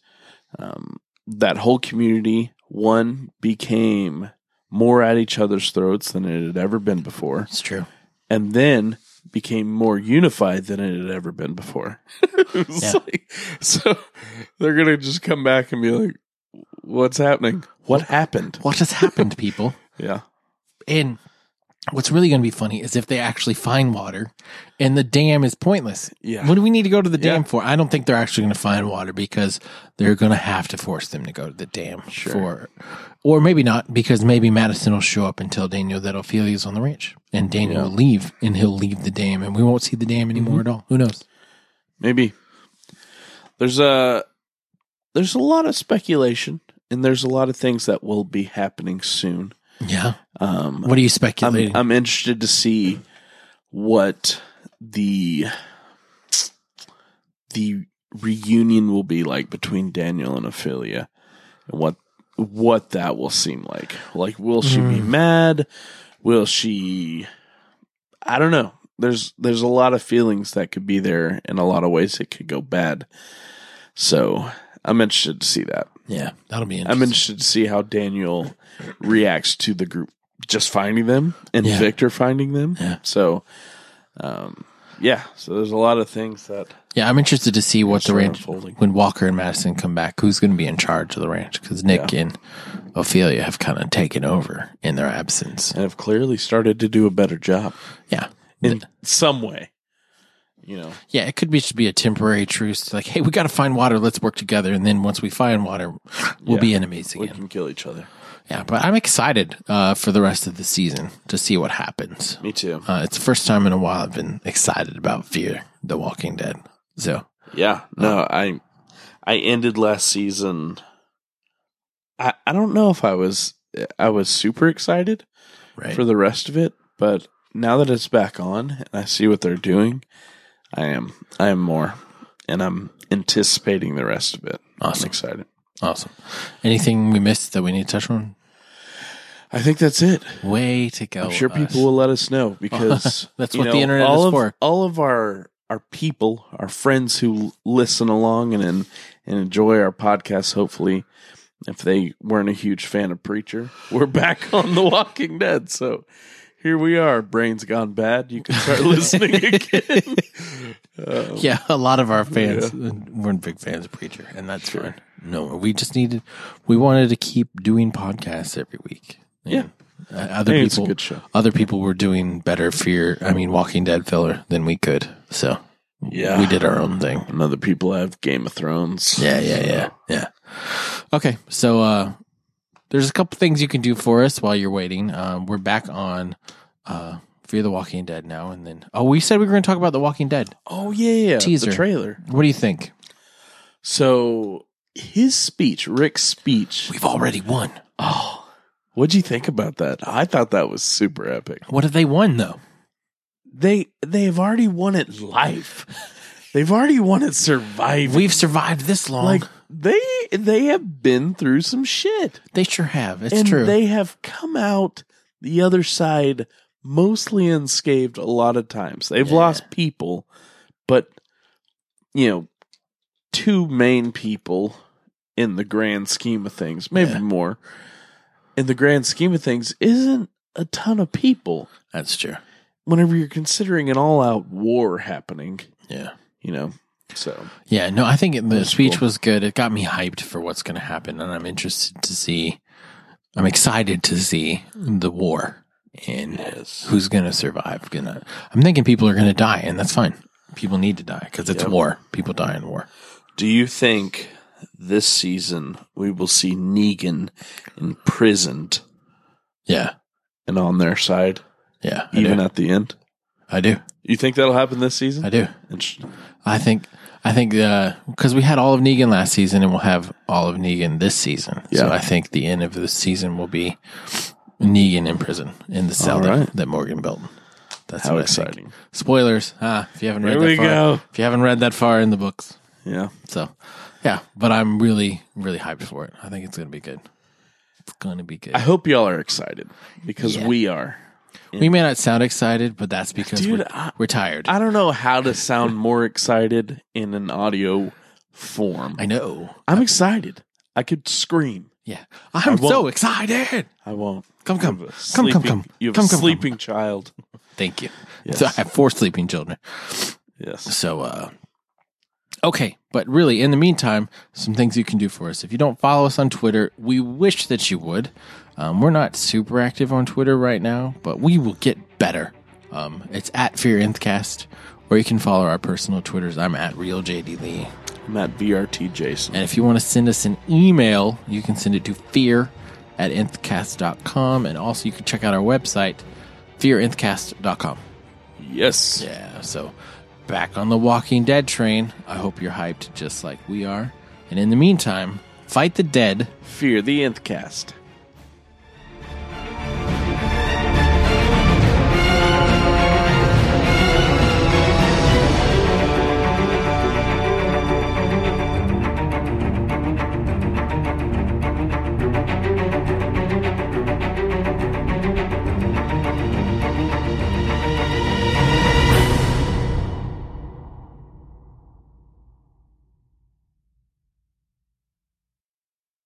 S2: um, that whole community one became more at each other's throats than it had ever been before
S1: It's true.
S2: and then became more unified than it had ever been before. [laughs] It was
S1: Yeah.
S2: like- so they're gonna just come back and be like, "What's happening? What happened?"
S1: What has happened, people?
S2: Yeah,
S1: And what's really going to be funny is if they actually find water and the dam is pointless.
S2: yeah,
S1: What do we need to go to the dam
S2: Yeah.
S1: for? I don't think they're actually going to find water because they're going to have to force them to go to the dam
S2: Sure.
S1: for, or maybe not because maybe Madison will show up and tell Daniel that Ophelia's on the ranch, and Daniel
S2: Yeah. Mm-hmm.
S1: will leave, and he'll leave the dam, and we won't see the dam anymore at all. Who knows?
S2: maybe. There's a there's a lot of speculation, and there's a lot of things that will be happening soon.
S1: Yeah.
S2: Um,
S1: What are you
S2: I'm,
S1: speculating?
S2: I'm interested to see what the the reunion will be like between Daniel and Ophelia, and what what that will seem like. Like, will she be
S1: Hmm.
S2: mad? Will she? I don't know. There's there's a lot of feelings that could be there, and a lot of ways it could go bad. So I'm interested to see that.
S1: yeah, that'll be interesting.
S2: I'm interested to see how Daniel reacts to the group just finding them and
S1: Yeah.
S2: Victor finding them.
S1: Yeah.
S2: So, um, yeah. So there's a lot of things that
S1: yeah, I'm interested to see what the
S2: Sort of
S1: ranch
S2: unfolding.
S1: when Walker and Madison come back. Who's going to be in charge of the ranch? Because Nick and Ophelia have kind of taken over in their absence.
S2: and have clearly started to do a better job
S1: Yeah.
S2: in some way. You know,
S1: Yeah, it could be should be a temporary truce. Like, hey, we got to find water. Let's work together. And then once we find water, we'll
S2: Yeah.
S1: be enemies
S2: we
S1: again.
S2: can kill each other.
S1: Yeah, but I'm excited uh, for the rest of the season to see what happens.
S2: Me too.
S1: Uh, it's the first time in a while I've been excited about Fear the Walking Dead. So
S2: Yeah.
S1: Uh,
S2: No, I I ended last season. I I don't know if I was I was super excited.
S1: right,
S2: for the rest of it. But now that it's back on and I see what they're doing, I am I am more, and I'm anticipating the rest of it. I'm
S1: awesome,
S2: excited.
S1: awesome. Anything we missed that we need to touch on?
S2: I think that's it.
S1: Way to go!
S2: I'm sure
S1: us.
S2: people will let us
S1: [laughs]
S2: know because
S1: Oh, uh, That's
S2: you
S1: what the internet
S2: all
S1: is
S2: of,
S1: for.
S2: All of our our people, our friends who listen along and and, and enjoy our podcast. Hopefully, if they weren't a huge fan of Preacher, we're back [laughs] on The Walking Dead. So here we are. Brains gone bad. You
S1: [laughs]
S2: can start listening again. Um,
S1: Yeah, a lot of our fans weren't big fans of Preacher, and that's fine. No, we just needed, we wanted to keep doing podcasts every week.
S2: Yeah.
S1: Uh, other
S2: Hey, it's a
S1: people,
S2: good show.
S1: other people were doing better fear. I mean, Walking Dead filler than we could. So
S2: Yeah.
S1: we did our own thing.
S2: And other people have Game of Thrones.
S1: Yeah, yeah, yeah, yeah. Okay, so uh, there's a couple things you can do for us while you're waiting. Um, we're back on uh, Fear the Walking Dead now, and then oh, we said we were going to talk about the Walking Dead.
S2: Oh yeah, yeah.
S1: Teaser.
S2: The trailer.
S1: What do you think?
S2: So his speech, Rick's speech.
S1: We've already won.
S2: Oh, what'd you think about that? I thought that was super epic.
S1: What have they won though?
S2: They they've already won
S1: [laughs]
S2: at life. They've already won at surviving.
S1: We've survived this long.
S2: like they they have been through some shit,
S1: they sure have. It's
S2: and
S1: true.
S2: they have come out the other side mostly unscathed a lot of times. They've
S1: Yeah.
S2: lost people, but you know, two main people in the grand scheme of things, maybe
S1: Yeah.
S2: more. In the grand scheme of things, isn't a ton of people
S1: That's true.
S2: whenever you're considering an all out war happening,
S1: Yeah.
S2: you know. So
S1: Yeah, no, I think the
S2: That's
S1: speech
S2: cool.
S1: was good. It got me hyped for what's going to happen, and I'm interested to see. I'm excited to see the war and who's going to survive. Gonna, I'm thinking people are going to die, and that's fine. People need to die because it's
S2: Yep.
S1: war. People die in war.
S2: do you think this season we will see Negan imprisoned
S1: Yeah,
S2: and on their side,
S1: yeah, I
S2: even
S1: do.
S2: at the end?
S1: I do,
S2: You think that'll happen this season?
S1: I do.
S2: Interesting.
S1: I think, I think, because we had all of Negan last season, and we'll have all of Negan this season. So
S2: Yeah.
S1: I think the end of the season will be Negan in prison in the cell
S2: All
S1: that,
S2: right.
S1: that Morgan built. That's
S2: How
S1: what I think.
S2: exciting.
S1: spoilers ah, if you haven't read
S2: There
S1: that
S2: we
S1: far,
S2: go.
S1: if you haven't read that far in the books
S2: Yeah.
S1: so yeah but i'm really really hyped for it i think it's gonna be good it's gonna be good
S2: I hope y'all are excited because
S1: Yeah.
S2: we are.
S1: we may not sound excited but that's because
S2: Dude,
S1: we're,
S2: I-
S1: we're tired I,
S2: I don't know how to [laughs] sound more excited in an audio form.
S1: know
S2: I'm excited. I could scream.
S1: yeah i'm
S2: won't.
S1: so excited
S2: I won't.
S1: Come, come.
S2: You have a
S1: Come, come,
S2: sleeping-
S1: come.
S2: You have
S1: Come,
S2: a
S1: come, come.
S2: sleeping child.
S1: thank you
S2: Yes.
S1: so [laughs] i have four sleeping children
S2: Yes.
S1: So, uh, okay. But really, in the meantime, some things you can do for us. If you don't follow us on Twitter, we wish that you would. Um, we're not super active on Twitter right now, but we will get better. Um, it's at Fear Nthcast, or you can follow our personal Twitters. I'm at Real JD Lee.
S2: I'm at VRT Jason.
S1: And if you want to send us an email, you can send it to fear at nthcast.com. And also, you can check out our website, fearinthcast.com.
S2: Yes.
S1: Yeah, so back on the Walking Dead train. I hope you're hyped just like we are. And in the meantime, fight the dead.
S2: Fear the nth cast.